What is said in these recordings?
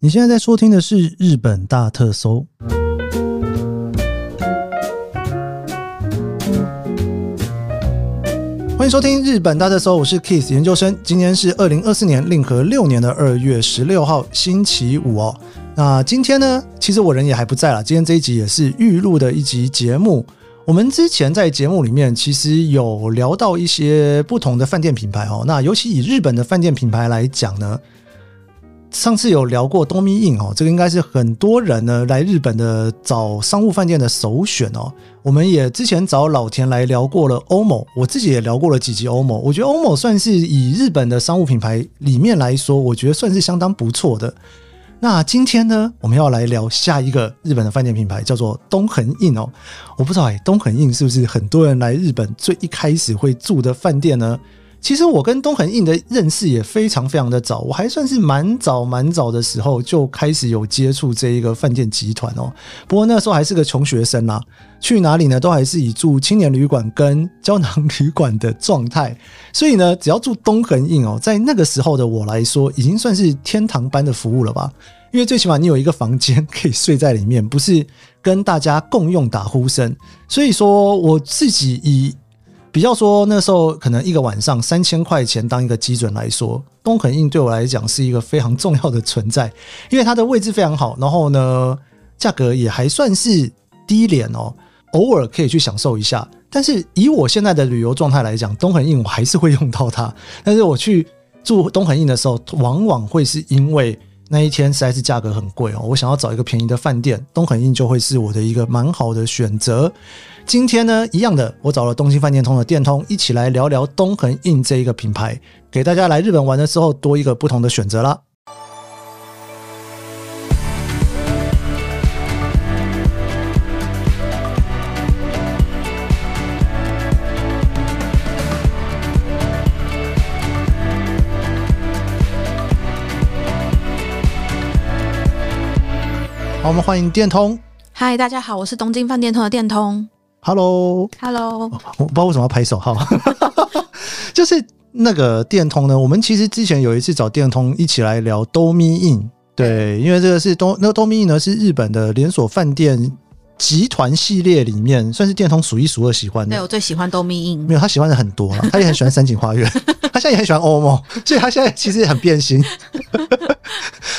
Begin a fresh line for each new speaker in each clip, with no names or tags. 你现在在收听的是《日本大特搜》。欢迎收听《日本大特搜》，我是 Kiss 研究生。今天是二零二四年令和六年的二月十六号，星期五哦。那今天呢，其实我人也还不在啦。今天这一集也是预录的一集节目。我们之前在节目里面其实有聊到一些不同的饭店品牌哦。那尤其以日本的饭店品牌来讲呢，上次有聊过东咪印哦，这个应该是很多人呢来日本的找商务饭店的首选哦。我们也之前找老田来聊过了欧某，我自己也聊过了几集欧某。我觉得欧某算是以日本的商务品牌里面来说，我觉得算是相当不错的。那今天呢，我们要来聊下一个日本的饭店品牌，叫做东横印哦。我不知道哎、东横印是不是很多人来日本最一开始会住的饭店呢？其实我跟东横印的认识也非常非常的早，我还算是蛮早蛮早的时候就开始有接触这一个饭店集团哦。不过那时候还是个穷学生啦、啊去哪里呢都还是以住青年旅馆跟胶囊旅馆的状态，所以呢，只要住东横印哦，在那个时候的我来说，已经算是天堂般的服务了吧。因为最起码你有一个房间可以睡在里面，不是跟大家共用打呼声。所以说，我自己以比较说那时候可能一个晚上三千块钱当一个基准来说，东肯印对我来讲是一个非常重要的存在，因为它的位置非常好，然后呢价格也还算是低廉哦，偶尔可以去享受一下。但是以我现在的旅游状态来讲，东横印我还是会用到它，但是我去住东横印的时候，往往会是因为那一天实在是价格很贵哦，我想要找一个便宜的饭店，东横印就会是我的一个蛮好的选择。今天呢，一样的，我找了东京饭店通的店通一起来聊聊东横印这一个品牌，给大家来日本玩的时候多一个不同的选择啦。好，我们欢迎店通
嗨，大家好，我是东京饭店通的店通。
，Hello。
Hello，
我不知道为什么要拍手号， 就是那个电通呢。我们其实之前有一次找电通一起来聊 Domi In，对，因为这个是东那个 Domi In 呢是日本的连锁饭店集团系列里面算是电通数一数二喜欢
对
的
我。最喜欢豆米印
没，有，他喜欢的很多了，他也很喜欢三井花 园，他现在也很喜欢欧梦，所以他现在其实很变心。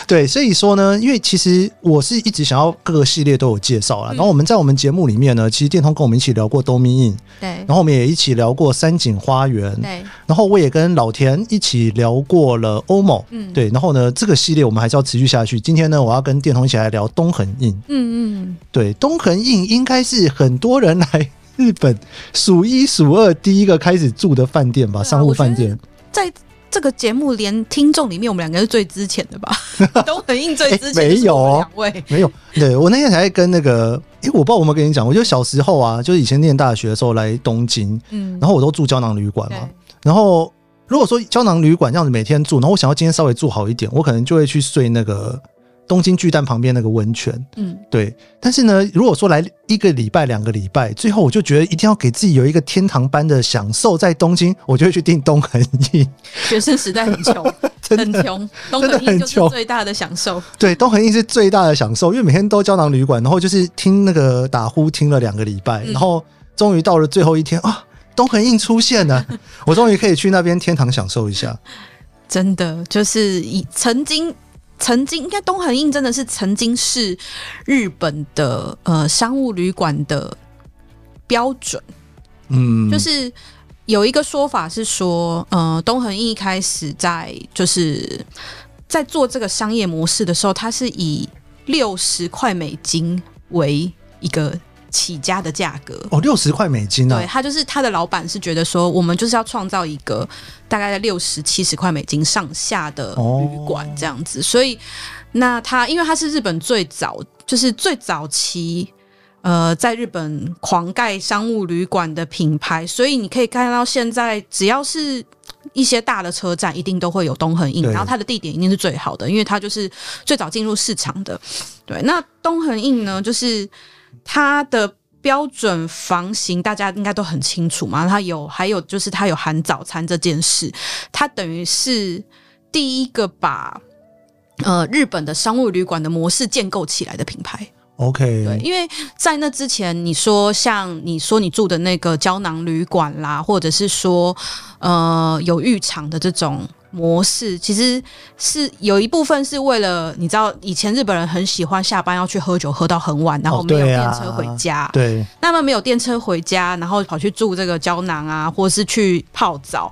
对，所以说呢，因为其实我是一直想要各个系列都有介绍啦。
嗯
然后我们在我们节目里面呢，其实电通跟我们一起聊过 Domi In，
对
然后我们也一起聊过三井花园，
对，
然后我也跟老田一起聊过了欧某，
嗯
对，然后呢，这个系列我们还是要持续下去。今天呢，我要跟电通一起来聊东横印，
嗯嗯，
对，东横印应该是很多人来日本数一数二第一个开始住的饭店吧，
对啊
商务饭店。
在这个节目连听众里面，我们两个是最值钱的吧？ 都很印最值钱，
哎没有哦
就是我们两位，
没有，对我那天才跟那个，诶，我不知道我有没有跟你讲，我就小时候啊，就是以前念大学的时候来东京，
嗯，
然后我都住胶囊旅馆
对
嘛，然后如果说胶囊旅馆这样子每天住，然后我想要今天稍微住好一点，我可能就会去睡那个东京巨蛋旁边那个温泉。
嗯，
对，但是呢，如果说来一个礼拜、两个礼拜，最后我就觉得一定要给自己有一个天堂般的享受，在东京，我就会去订东横印。
学生时代很穷，很穷，东
真的
很
很
印就是
穷
最大的享受。
对，东横印是最大的享受，因为每天都胶囊旅馆，然后就是听那个打呼听了两个礼拜，
嗯
然后终于到了最后一天啊，东横印出现了，我终于可以去那边天堂享受一下。
真的就是以曾经。曾经应该东横印真的是曾经是日本的呃商务旅馆的标准，
嗯，
就是有一个说法是说，呃，东恒一开始在就是在做这个商业模式的时候，它是以六十块美金为一个起家的价格。
哦，六十块美金啊
对，他就是他的老板是觉得说，我们就是要创造一个大概在六十七十块美金上下的旅馆这样子，所以那他因为他是日本最早，就是最早期。呃，在日本狂盖商务旅馆的品牌，所以你可以看到现在只要是一些大的车站，一定都会有东横印，
对
然后它的地点一定是最好的，因为它就是最早进入市场的。对，那东横印呢，就是它的标准房型，大家应该都很清楚嘛。它有，还有就是它有含早餐这件事，它等于是第一个把呃日本的商务旅馆的模式建构起来的品牌。对，
，OK，
因为在那之前，你说像你说你住的那个胶囊旅馆啦，或者是说呃有浴场的这种模式，其实是有一部分是为了你知道，以前日本人很喜欢下班要去喝酒，喝到很晚，然后
哦
没有
对
电
啊
车回家。
对，
那么没有电车回家，然后跑去住这个胶囊啊，或是去泡澡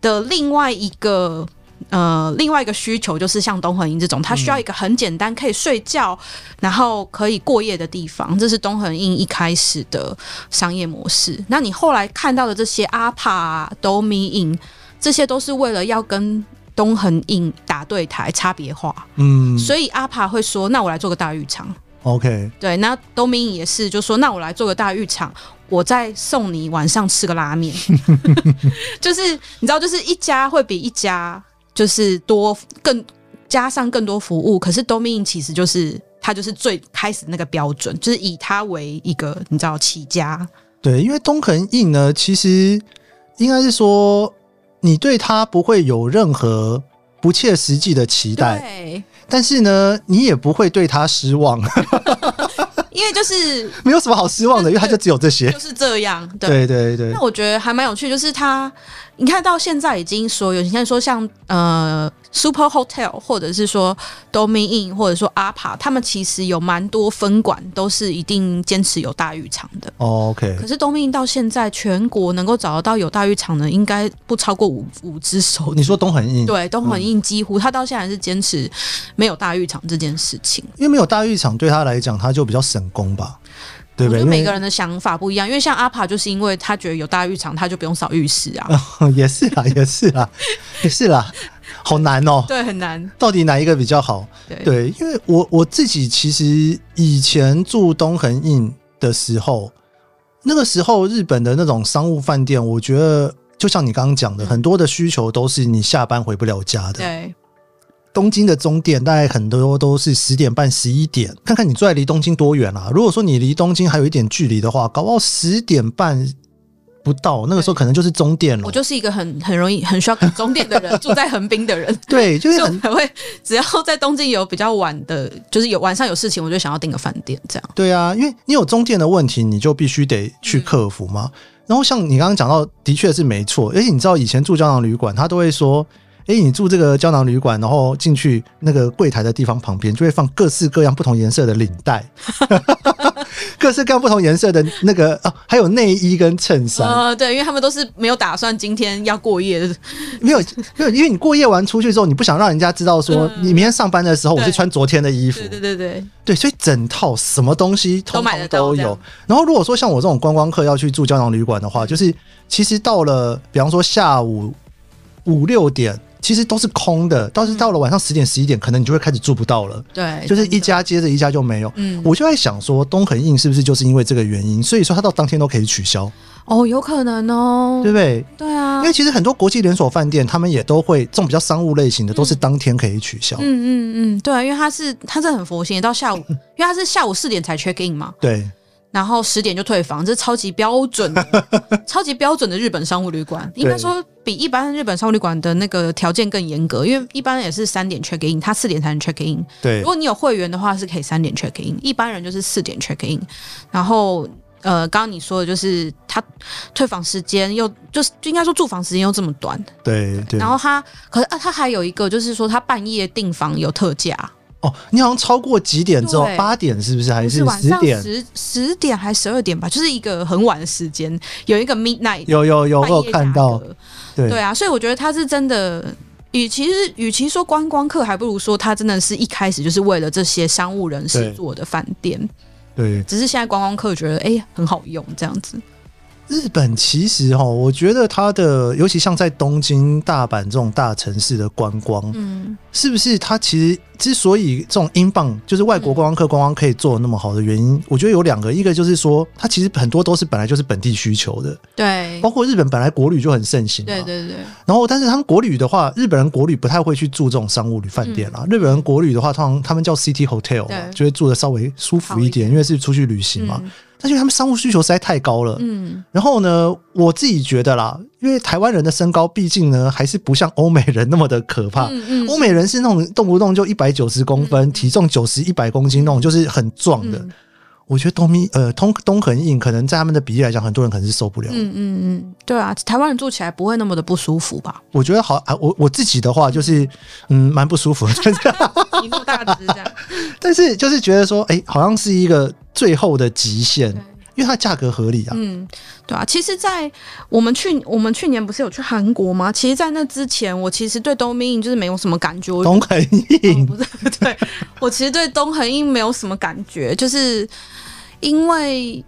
的另外一个。呃，另外一个需求就是像东横营这种，它需要一个很简单可以睡觉，然后可以过夜的地方，这是东横营一开始的商业模式。那你后来看到的这些阿帕、啊、都米营，这些都是为了要跟东横营打对台、差别化，
嗯
所以阿帕会说：“那我来做个大浴场。”
，OK，
对，那东明也是，就说那我来做个大浴场，我再送你晚上吃个拉面， 就是你知道，就是一家会比一家就是多更加上更多服务，可是东明其实就是。它就是最开始那个标准，就是以它为一个你知道起家，
对，因为东肯印呢，其实应该是说你对他不会有任何不切实际的期待，
对，
但是呢，你也不会对他失望，
因为就是
没有什么好失望的，因为他就只有这些。
就是这样，对，
对对对
那，我觉得还蛮有趣，就是它，你看到现在已经说有，你看说像呃 Super Hotel，或者是说 Domi Inn，或者说 APA，他们其实有蛮多分馆都是一定坚持有大浴场的。
哦 OK，
可是 Domi Inn 到现在全国能够找得到有大浴场的，应该不超过五五只手。
哦你说东很印，
对，东很印几乎他到现在还是坚持没有大浴场这件事情。
因为没有大浴场，对他来讲，他就比较省工吧，对不
我
对？因
觉得
为
每个人的想法不一样，因为像 APA 就是因为他觉得有大浴场，他就不用扫浴室
嗯
啊。
也是啦，也是啦，也是啦，好难哦、
对，很难。
到底哪一个比较好？
对，
对，因为我我自己其实以前住东横印的时候，那个时候日本的那种商务饭店，我觉得就像你刚刚讲的，
嗯
很多的需求都是你下班回不了家的。
对。
东京的终点大概很多都是十点半、十一点，看看你住在离东京多远啊。如果说你离东京还有一点距离的话，搞不好十点半不到，那个时候可能就是终点了
我。就是一个很很容易很需要赶终点的 人，住在横滨的人，
对，就
所以
是
我
很
才会只要在东京有比较晚的，就是有晚上有事情，我就想要订个饭店这样。
对啊，因为你有中间的问题，你就必须得去克服嘛。
嗯
然后像你刚刚讲到，的确是没错，而且你知道以前住胶囊旅馆，他都会说。诶，你住这个胶囊旅馆，然后进去那个柜台的地方旁边，就会放各式各样不同颜色的领 带，各式各样不同颜色的那个啊，还有内衣跟衬衫。
呃，对，因为他们都是没有打算今天要过夜的，
没有没有，因为你过夜完出去之后，你不想让人家知道说，
嗯
你明天上班的时候我是
对
穿昨天的衣服
对，对对对，
对，所以整套什么东西
都
通
买
通
得到
都
这
有
样。嗯
然后如果说像我这种观光客要去住胶囊旅馆的话，就是其实到了，比方说下午五六点，其实都是空的。但是到了晚上十点十一点，可能你就会开始住不到了，
对，
就是
真的
一，家接着一家就没有。
嗯，
我就在想说，东恒印是不是就是因为这个原因，所以说它到当天都可以取消，
哦，有可能哦
对，不对？
对啊，
因为其实很多国际连锁饭店，他们也都会这种比较商务类型的，都是当天可以取消。
嗯嗯嗯嗯，对啊，因为他是他是很佛心，到下午，因为他是下午四点才 check in 嘛，
对，
然后十点就退房，这是超级标准的、 超级标准的日本商务旅馆。应该说比一般日本商务旅馆的那个条件更严格，因为一般也是三点 check in，他四点才能 check in。
对
如，果你有会员的话，是可以三点 check in，一般人就是四点 check in。然后呃，刚刚你说的就是他退房时间又就是就应该说住房时间又这么短，
对，对。
然后他可是啊，他还有一个就是说他半夜订房有特价，
哦，你好像超过几点之后，
对
八点是不是还
不
是
晚
十
上
点？
十十点还十二点吧，就是一个很晚的时间，有一个 midnight
有有有，我
半夜
有看
价
到，
格
对
对啊，所以我觉得他是真的。与其是与其说观光客，还不如说他真的是一开始就是为了这些商务人士
对
做的饭店，
对
只是现在观光客觉得哎、很好用这样子。
日本其实哈，我觉得它的，尤其像在东京、大阪这种大城市的观光，
嗯，
是不是它其实之所以这种英镑就是外国观光客观光可以做得那么好的原
嗯
因，我觉得有两个，一个就是说它其实很多都是本来就是本地需求的，
对
包括日本本来国旅就很盛行嘛，
对对对，
然后，但是他们国旅的话，日本人国旅不太会去住这种商务旅饭店啦。啊日本人国旅的话，通常他们叫 City Hotel 嘛，
嗯对
就会住的稍微舒服一
好一
点，
点
因为是出去旅行嘛。但是因为他们商务需求实在太高了。
嗯
然后呢，我自己觉得啦，因为台湾人的身高毕竟呢还是不像欧美人那么的可怕。
嗯
欧美人是那种动不动就一百九十公分，体重九十一百公斤那种，就是很壮的。
嗯
我觉得东咪呃东东恒硬，可能在他们的比例来讲，很多人可能是受不了。
嗯嗯嗯，对啊，台湾人坐起来不会那么的不舒服吧？
我觉得好啊，我我自己的话就是嗯蛮不舒服的， 但是
你那么大只这样，
但是就是觉得说，哎、好像是一个最后的极限，因为它价格合理啊。
嗯，对啊。其实，在我们去我们去年不是有去韩国吗？其实，在那之前，我其实对东明就是没有什么感觉，我
东恒
哦
硬，
不是， 对我其实对东恒英没有什么感觉，就是因为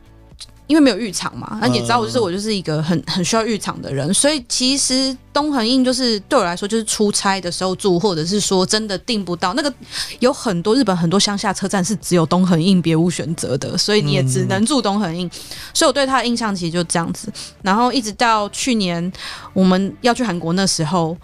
因为没有浴场嘛，那你也知道，我就是
嗯
我就是一个很很需要浴场的人，所以其实东恒英就是对我来说就是出差的时候住，或者是说真的订不到那个有很多日本很多乡下车站是只有东恒印别无选择的，所以你也只能住东恒印。所以我对他的印象其实就这样子。然后一直到去年我们要去韩国那时候，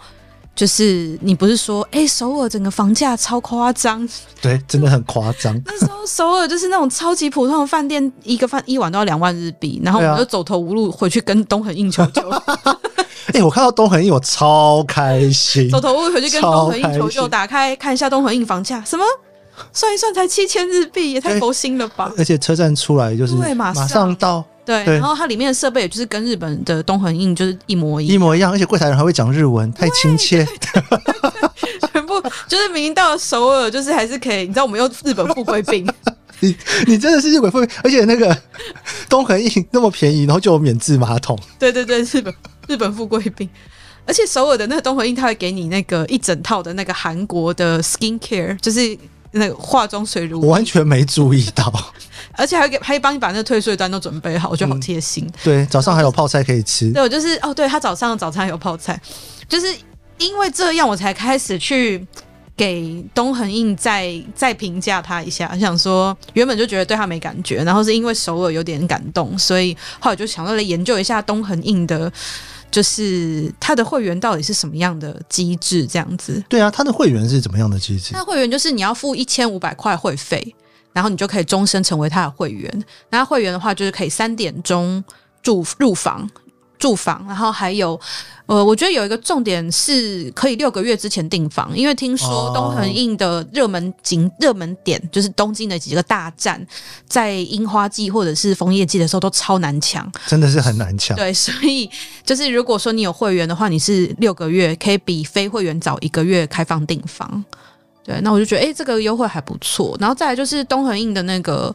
就是你不是说，哎、首尔整个房价超夸张，
对，真的很夸张。
那时候首尔就是那种超级普通的饭店，一个饭一晚都要两万日币，然后我
对啊
们就走投无路回去跟东恒印求救，
哎、我看到东恒硬，我超开心。
走投无路回去跟东恒印
超
求
开心
救，打开看一下东恒印房价，什么算一算才七千日币，也太
对
佛心了吧？
而且车站出来就是
对马上
上到
对，
对
然后它里面的设备也就是跟日本的东恒印就是一模一样
一。模一样，而且柜台人还会讲日文，太亲切。
全部就是明明到了首尔，就是还是可以，你知道我们又日本富贵病，
你你真的是日本富，而且那个 东恒硬那么便宜，然后就有免治马桶，
对对对，日本日本富贵病。而且首尔的那个东和印，他会给你那个一整套的那个韩国的 skin care，就是那个化妆水
我
乳，
完全没注意到。
而且还会给还帮你把那个退税单都准备好，我觉得好贴心。
对，早上还有泡菜可以吃。
对，我就是哦，对他早上的早餐有泡菜，就是因为这样我才开始去给东恒印再再评价他一下，想说原本就觉得对他没感觉，然后是因为首尔有点感动，所以后来就想要来研究一下东恒印的。就是他的会员到底是什么样的机制？这样子，
对啊，它的会员是怎么样的机制
他？的会员就是你要付一千五百块会费，然后你就可以终身成为他的会员。那会员的话，就是可以三点钟住入房。住房，然后还有，呃，我觉得有一个重点是可以六个月之前订房，因为听
哦
说东恒印的热门景、热门点就是东京的几个大站，在樱花季或者是枫叶季的时候都超难抢。
真的是很难抢。
对，所以就是如果说你有会员的话，你是六个月可以比非会员早一个月开放订房。对，那我就觉得哎、诶这个优惠还不错。然后再来就是东恒印的那个，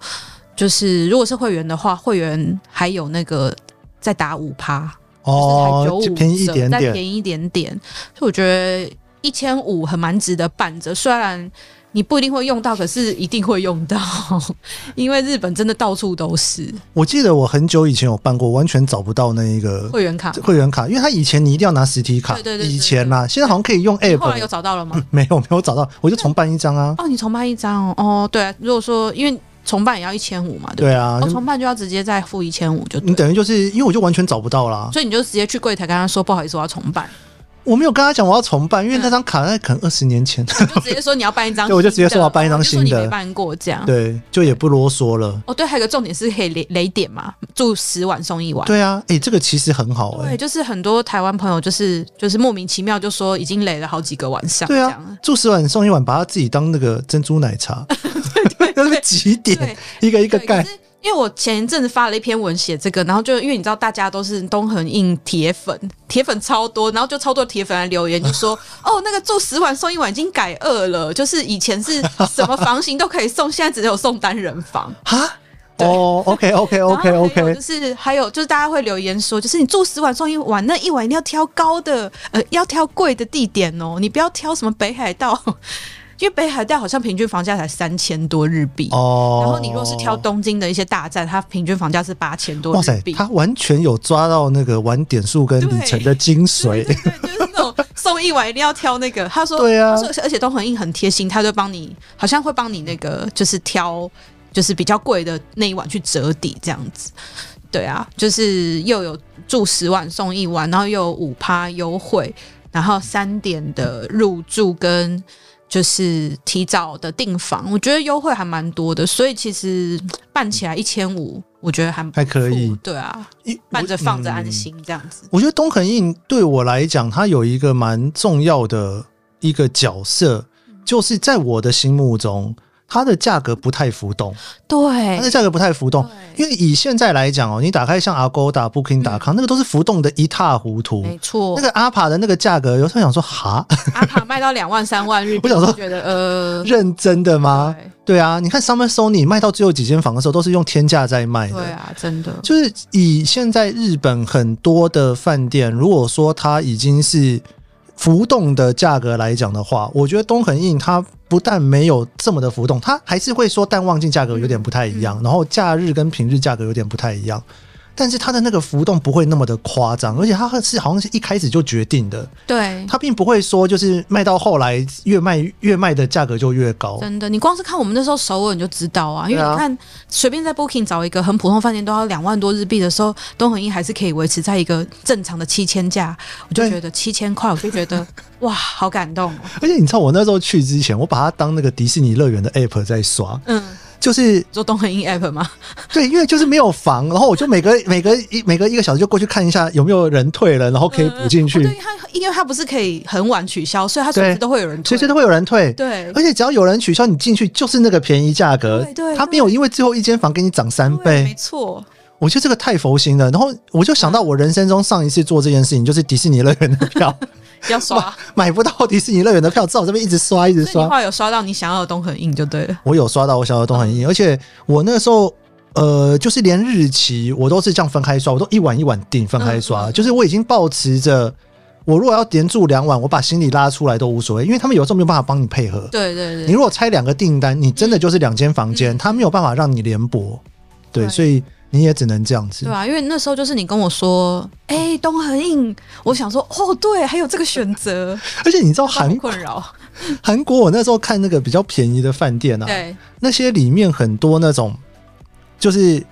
就是如果是会员的话，会员还有那个再打五趴，
哦
就是才，九
就
五
便宜一点
再
点。
便宜一点点。所以我觉得一千五很蛮值得办着，虽然。你不一定会用到，可是一定会用到， 因为日本真的到处都是
我记得我很久以前有办过，完全找不到那一个
会员卡。
会员卡，因为它以前你一定要拿实体卡，
对对对对
以前啦、现在好像可以用
后来有
App，
找到了吗？
没有没有找到，我就重办一张啊。
哦，你重办一张哦，哦，对啊，如果说因为重办也要一千五嘛，对不对？
对啊，
哦，重办就要直接再付一千五就
你
对，
等于就是因为我就完全找不到啦，
所以你就直接去柜台跟他说不好意思，我要重 办，
我没有跟他讲我要重办，因
啊
为那张卡那可能二十年前，
你就直接说你要办一张新的，
对我就直接说我要办一张
哦
新的
就说你没办过这样。
对，就也不啰嗦了。
哦，对，还有一个重点是可以雷雷点嘛，住十晚送一晚。
对啊，哎、这个其实很好哎、
对，就是很多台湾朋友就是就是莫名其妙就说已经累了好几个晚上，
对
这样
啊，住十碗送一碗，把它自己当那个珍珠奶茶， 那是几点
对
一个一个
对，可
盖
是，因为我前一阵子发了一篇文写这个，然后就因为你知道大家都是东恒印铁粉， 铁粉超多，然后就超多铁粉来留言，就说 哦，那个住十晚送一晚已经改二了，就是以前是什么房型都可以送，现在只有送单人房。
哈。哦，OK OK
然后
OK
还有
OK，
就是还有就是大家会留言说，就是你住十晚送一晚，那一晚一定要挑高的，呃，要挑贵的地点哦，你不要挑什么北海道， 因为北海道好像平均房价才三千多日币
哦，
然后你如果是挑东京的一些大站，它平均房价是八千多
哇塞
日，币。
他完全有抓到那个玩点数跟里程的精
对
髓
对，对，就是那种送一碗一定要挑那个。他说，
对啊
他说而且都很硬很贴心，他就帮你，好像会帮你那个就是挑，就是比较贵的那一碗去折抵这样子。对啊，就是又有住十碗送一碗，然后又有五趴优惠，然后三点的入住跟。就是提早的订房，我觉得优惠还蛮多的，所以其实办起来一千五，我觉得还
还可以
不。对啊，
一
办着放着
嗯
安心这样子。
我觉得东肯印对我来讲，他有一个蛮重要的一个角色，
嗯
就是在我的心目中，它的价格不太浮动，它的
嗯对，
价格不太浮动。哦因为以现在来讲哦，你打开像 Agoda、Booking.com，、那个都是浮动的一塌糊涂。
嗯没错
那，个阿帕的那个价格，有时候想说，哈，
阿卡卖到两万三万日币，
我想说
就觉得呃，
认真的吗？
对
对啊，你看 Summer Sony 卖到最后几间房的时候，都是用天价在卖的。
对啊，真的，
就是以现在日本很多的饭店，如果说它已经是浮动的价格来讲的话，我觉得东恒印它不但没有这么的浮动，它还是会说淡旺季价格有点不太一
嗯
样，然后假日跟平日价格有点不太一样。但是它的那个浮动不会那么的夸张，而且它是好像是一开始就决定的，
对，
它并不会说就是卖到后来越卖越卖的价格就越高。
真的，你光是看我们那时候首尔你就知道啊，因为
对啊
你看随便在 Booking 找一个很普通饭店都要两万多日币的时候，东恒一还是可以维持在一个正常的七千价，我就
对
觉得七千块，我就 觉得哇，好感动、哦。
而且你知道我那时候去之前，我把它当那个迪士尼乐园的 app 在刷，
嗯，
就是
做东恒一 app 吗？
对，因为就是没有房，然后我就每隔每隔一每隔一个小时就过去看一下有没有人退了，然后可以补进去，
哦对，它因为它不是可以很晚取消，所以它随时
对
都会有人
随
退。
时都会有人退。
对
而且只要有人取消，你进去就是那个便宜价格，
对对
他没有因为最后一间房给你涨三
对，没嗯
倍，
错，
我觉得这个太佛心了。然后我就想到我人生中上一次做这件事情，就是迪士尼乐园的票
要刷。
买不到迪士尼乐园的票，只好这边一直刷一直
所以
刷
你后。来有刷到你想要的东恒印就对了。
我有刷到我小的都很硬，而且我那时候呃，就是连日期我都是这样分开刷，我都一晚一晚订分开刷，
嗯嗯
就是我已经保持着。我如果要连住两晚，我把行李拉出来都无所谓，因为他们有时候没有办法帮你配合。
对对
你
对，
如果拆两个订单，你真的就是两间房间，
嗯
他没有办法让你联播，对，
对
所以你也只能这样子
对。啊，因为那时候就是你跟我说，哎、东恒印，我想说，哦，对，还有这个选择。
而且你知道
好
韩
困扰，
韩国，我那时候看那个比较便宜的饭店啊，
对，
那些里面很多那种就是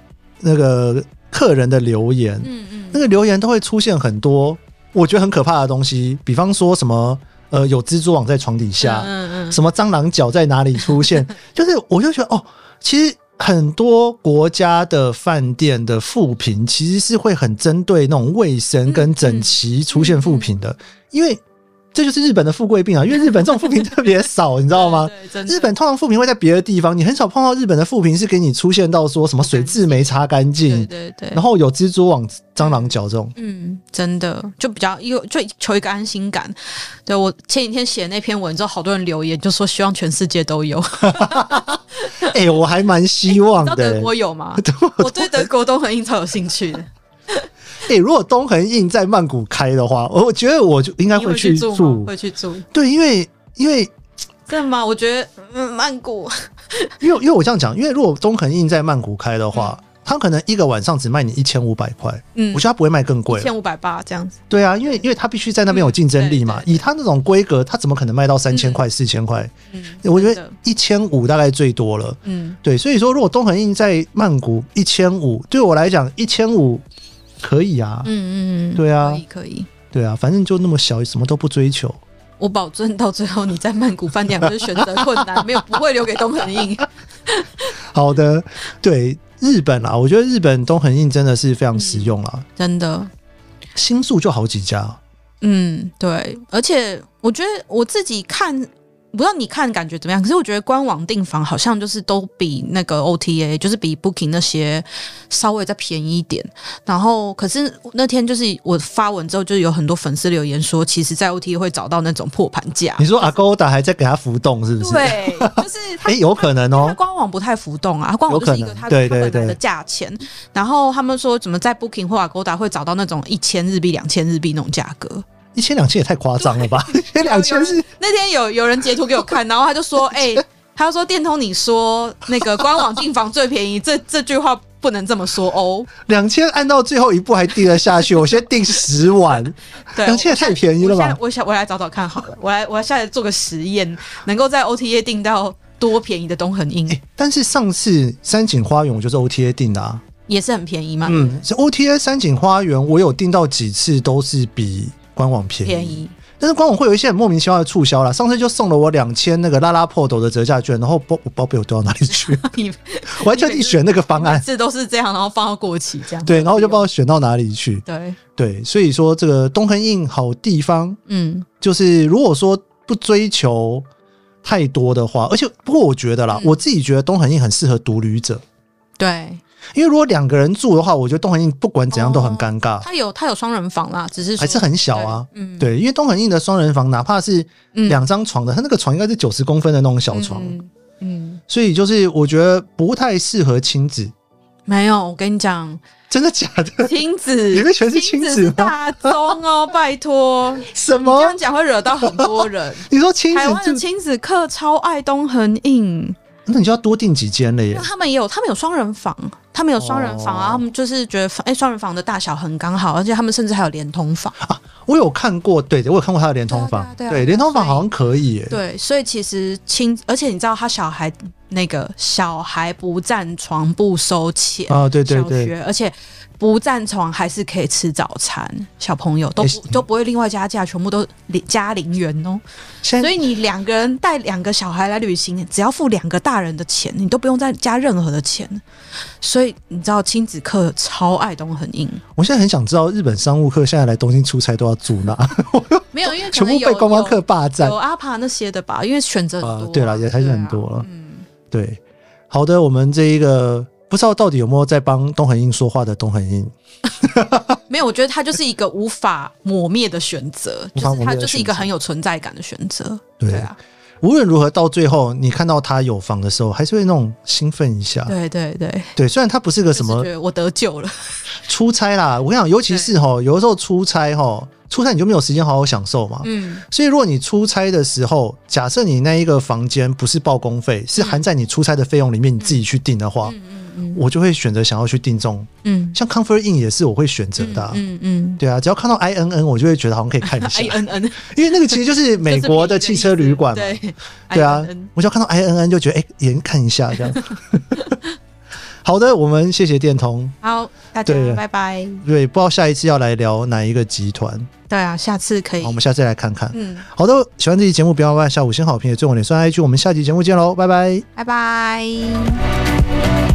那个客人的留言，
嗯
那个留言都会出现很多我觉得很可怕的东西，比方说什么呃有蜘蛛网在床底下，
嗯
什么蟑螂脚在哪里出 现，就是我就觉得哦，其实很多国家的饭店的复评其实是会很针对那种卫生
嗯
跟整齐出现复评的，因为这就是日本的富贵病啊，因为日本这种复评特别少，你知
知
道吗？？
对真的
日本通常复评会在别的地方，你很少碰到日本的复评是给你出现到说什么水质没擦干
对
净，
对对，
然后有蜘蛛网、蟑螂脚这种。
嗯，真的就比较有就求一个安心感。对我前几天写那篇文之后，好多人留言就说希望全世界都有。
哎、我还蛮希望
你知道
的、
德国有吗？我 对德国都很印超有兴趣的，
哎、如果东恒印在曼谷开的话，我觉得我就应该
你会
去
住吗？会去住？
对，因为因为
真的吗？我觉得嗯，曼谷
因为因为我这样讲，因为如果东恒印在曼谷开的话，他可能一个晚上只卖你一千五百块，
嗯
我，觉得他不会卖更
一
贵。
千五百八这样子。
对啊，因为因为他必须在那边有竞争力嘛。
嗯对对
以他那种规格，他怎么可能卖到三千块、四千块？
嗯，
我觉
真
得
的
一千五大概最多了。
嗯，
对，所以说如果东恒印在曼谷一千五，对我来讲一千五可以啊。
嗯嗯嗯，
对啊
可以可以。
对啊，反正就那么小，什么都不追求。
我保证到最后你在曼谷饭店还是选择困难，没 有不会留给东恒印。
好的，对日本啦，我觉得日本东恒印真的是非常实用啦，
真的，
新宿就好几家。
嗯，对，而且我觉得我自己看，不知道你看感觉怎么样，可是我觉得官网订房好像就是都比那个 OTA，就是比 Booking 那些稍微再便宜一点。然后，可是那天就是我发文之后，就有很多粉丝留言说，其实，在 OTA 会找到那种破盘价
你。说 Agoda 还在给他浮动是不是？
对，就是 他
哎、有可能
它
哦、
官网不太浮动啊，它官网就是一个它
有可能对
它
对
本来
对
的价钱。然后他们说，怎么在 Booking 或 Agoda 会找到那种一千日币、两千日币那种价格？
一千两千也太夸张了吧？一千 两千
有
是
人那天有有人截图给我看，然后他就说：“哎、他就说电通，你说那个官网订房最便宜，这这句话不能这么说哦。
两千，按到最后一步还定了下去，我先定十晚，”
对，
两千也太便宜
我
了
现在
吧？
我想我来找找看好了，我来我下来做个实验，能够在 OTA 订到多便宜的东恒 印、
哎、但是上次山景花园我就是 OTA 定的啊，
也是很便宜
嗯
嘛，
嗯，是 OTA 山景花园，我有订到几次都是比官网便宜，
便宜。
但是官网会有一些很莫名其妙的促销啦，上次就送了我两千那个拉拉破斗的折价券，然后包我包被我丢到哪里 去？
你
我还特地选那个方 案，
这都是这样，然后放到过期这样。
对，然后我就不知道选到哪里去。
对，
对，所以说这个东恒印好地方，
嗯
就是如果说不追求太多的话，而且不过我觉得啦，
嗯
我自己觉得东恒印很适合独旅者，
对，
因为如果两个人住的话，我觉得东恒印不管怎样都很尴尬，
它有它有双人房啦，只是说
还是很小啊。
嗯对嗯
对，因为东恒印的双人房，哪怕是
嗯
两张床的，它那个床应该是九十公分的那种小床，
嗯嗯
所以就是我觉得不太适合亲子。
没有，我跟你讲，
真的假的？
亲子
里面全是亲
亲
子吗
是大宗 哦，拜托，
什
这
么
样？讲会惹到很多人。
你说 亲
台湾
子
的
住，
亲子课超爱东恒印，
那你就要多订几间了
因
耶
为。他们也有，他们有双人房，他们有双人房啊，
哦
他们就是觉得房，哎、双人房的大小很刚好，而且他们甚至还有连通房。
哎我有看过，对，我有看过他的联通
对啊
房，
对啊对啊
对，联通房好像可以耶。
对，所以其实亲，而且你知道他小孩那个小孩不占床不收钱，
啊，对对
小
对，
学，而且不占床还是可以吃早餐，小朋友都不、
哎
都不会另外加价，全部都零加零元哦。
现
所
在
以你两个人带两个小孩来旅行，只要付两个大人的钱，你都不用再加任何的钱。所以你知道亲子课超爱东恒印，
我现在很想知道日本商务客现在来东京出差都要住 哪，
没有因为可
全
能
部
有
被观光客霸占
有有阿帕那些的吧，因为选择很多、
啊对啦也还是很多了
对啊嗯，
对，好的，我们这一个不知道到底有没有在帮东恒英说话的东恒英，
没有，我觉得它就是一个无法抹灭的选 择，
无法
就
抹
是
灭的选
它
择
就是一个很有存在感的选择。
对
对啊，
无论如何到最后你看到他有房的时候，还是会那种兴奋一下。
对对对，
对，虽然他不是个什
就是
么
觉得我得救了。
出差啦，我跟你讲，尤其是哈，有的时候出差哈，出差你就没有时间好好享受嘛。
嗯，
所以，如果你出差的时候，假设你那一个房间不是报公
嗯
费，是含在你出差的费用里面，你自己去订的话，我就会选择想要去订这种，
嗯，
像 Comfort Inn 也是我会选择的、啊。
嗯嗯哎
对啊，只要看到 I N N，我就会觉得好像可以看一下
，I，N N，
因为那个其实就是美国的汽车旅馆嘛。
对， 哎嗯
对啊
INN，
我只要看到 I N N 就觉得哎，眼、看一下这样。 好的，我们谢谢电通。
好，大家
对
拜拜。
对，不知道下一次要来聊哪一个集团，
对啊，下次可以
好，我。们下次来看看。
嗯，
好的，喜欢这期节目不要忘了下五星好评，也最我脸酸 IG，我们下期节目见喽，拜拜。
拜拜。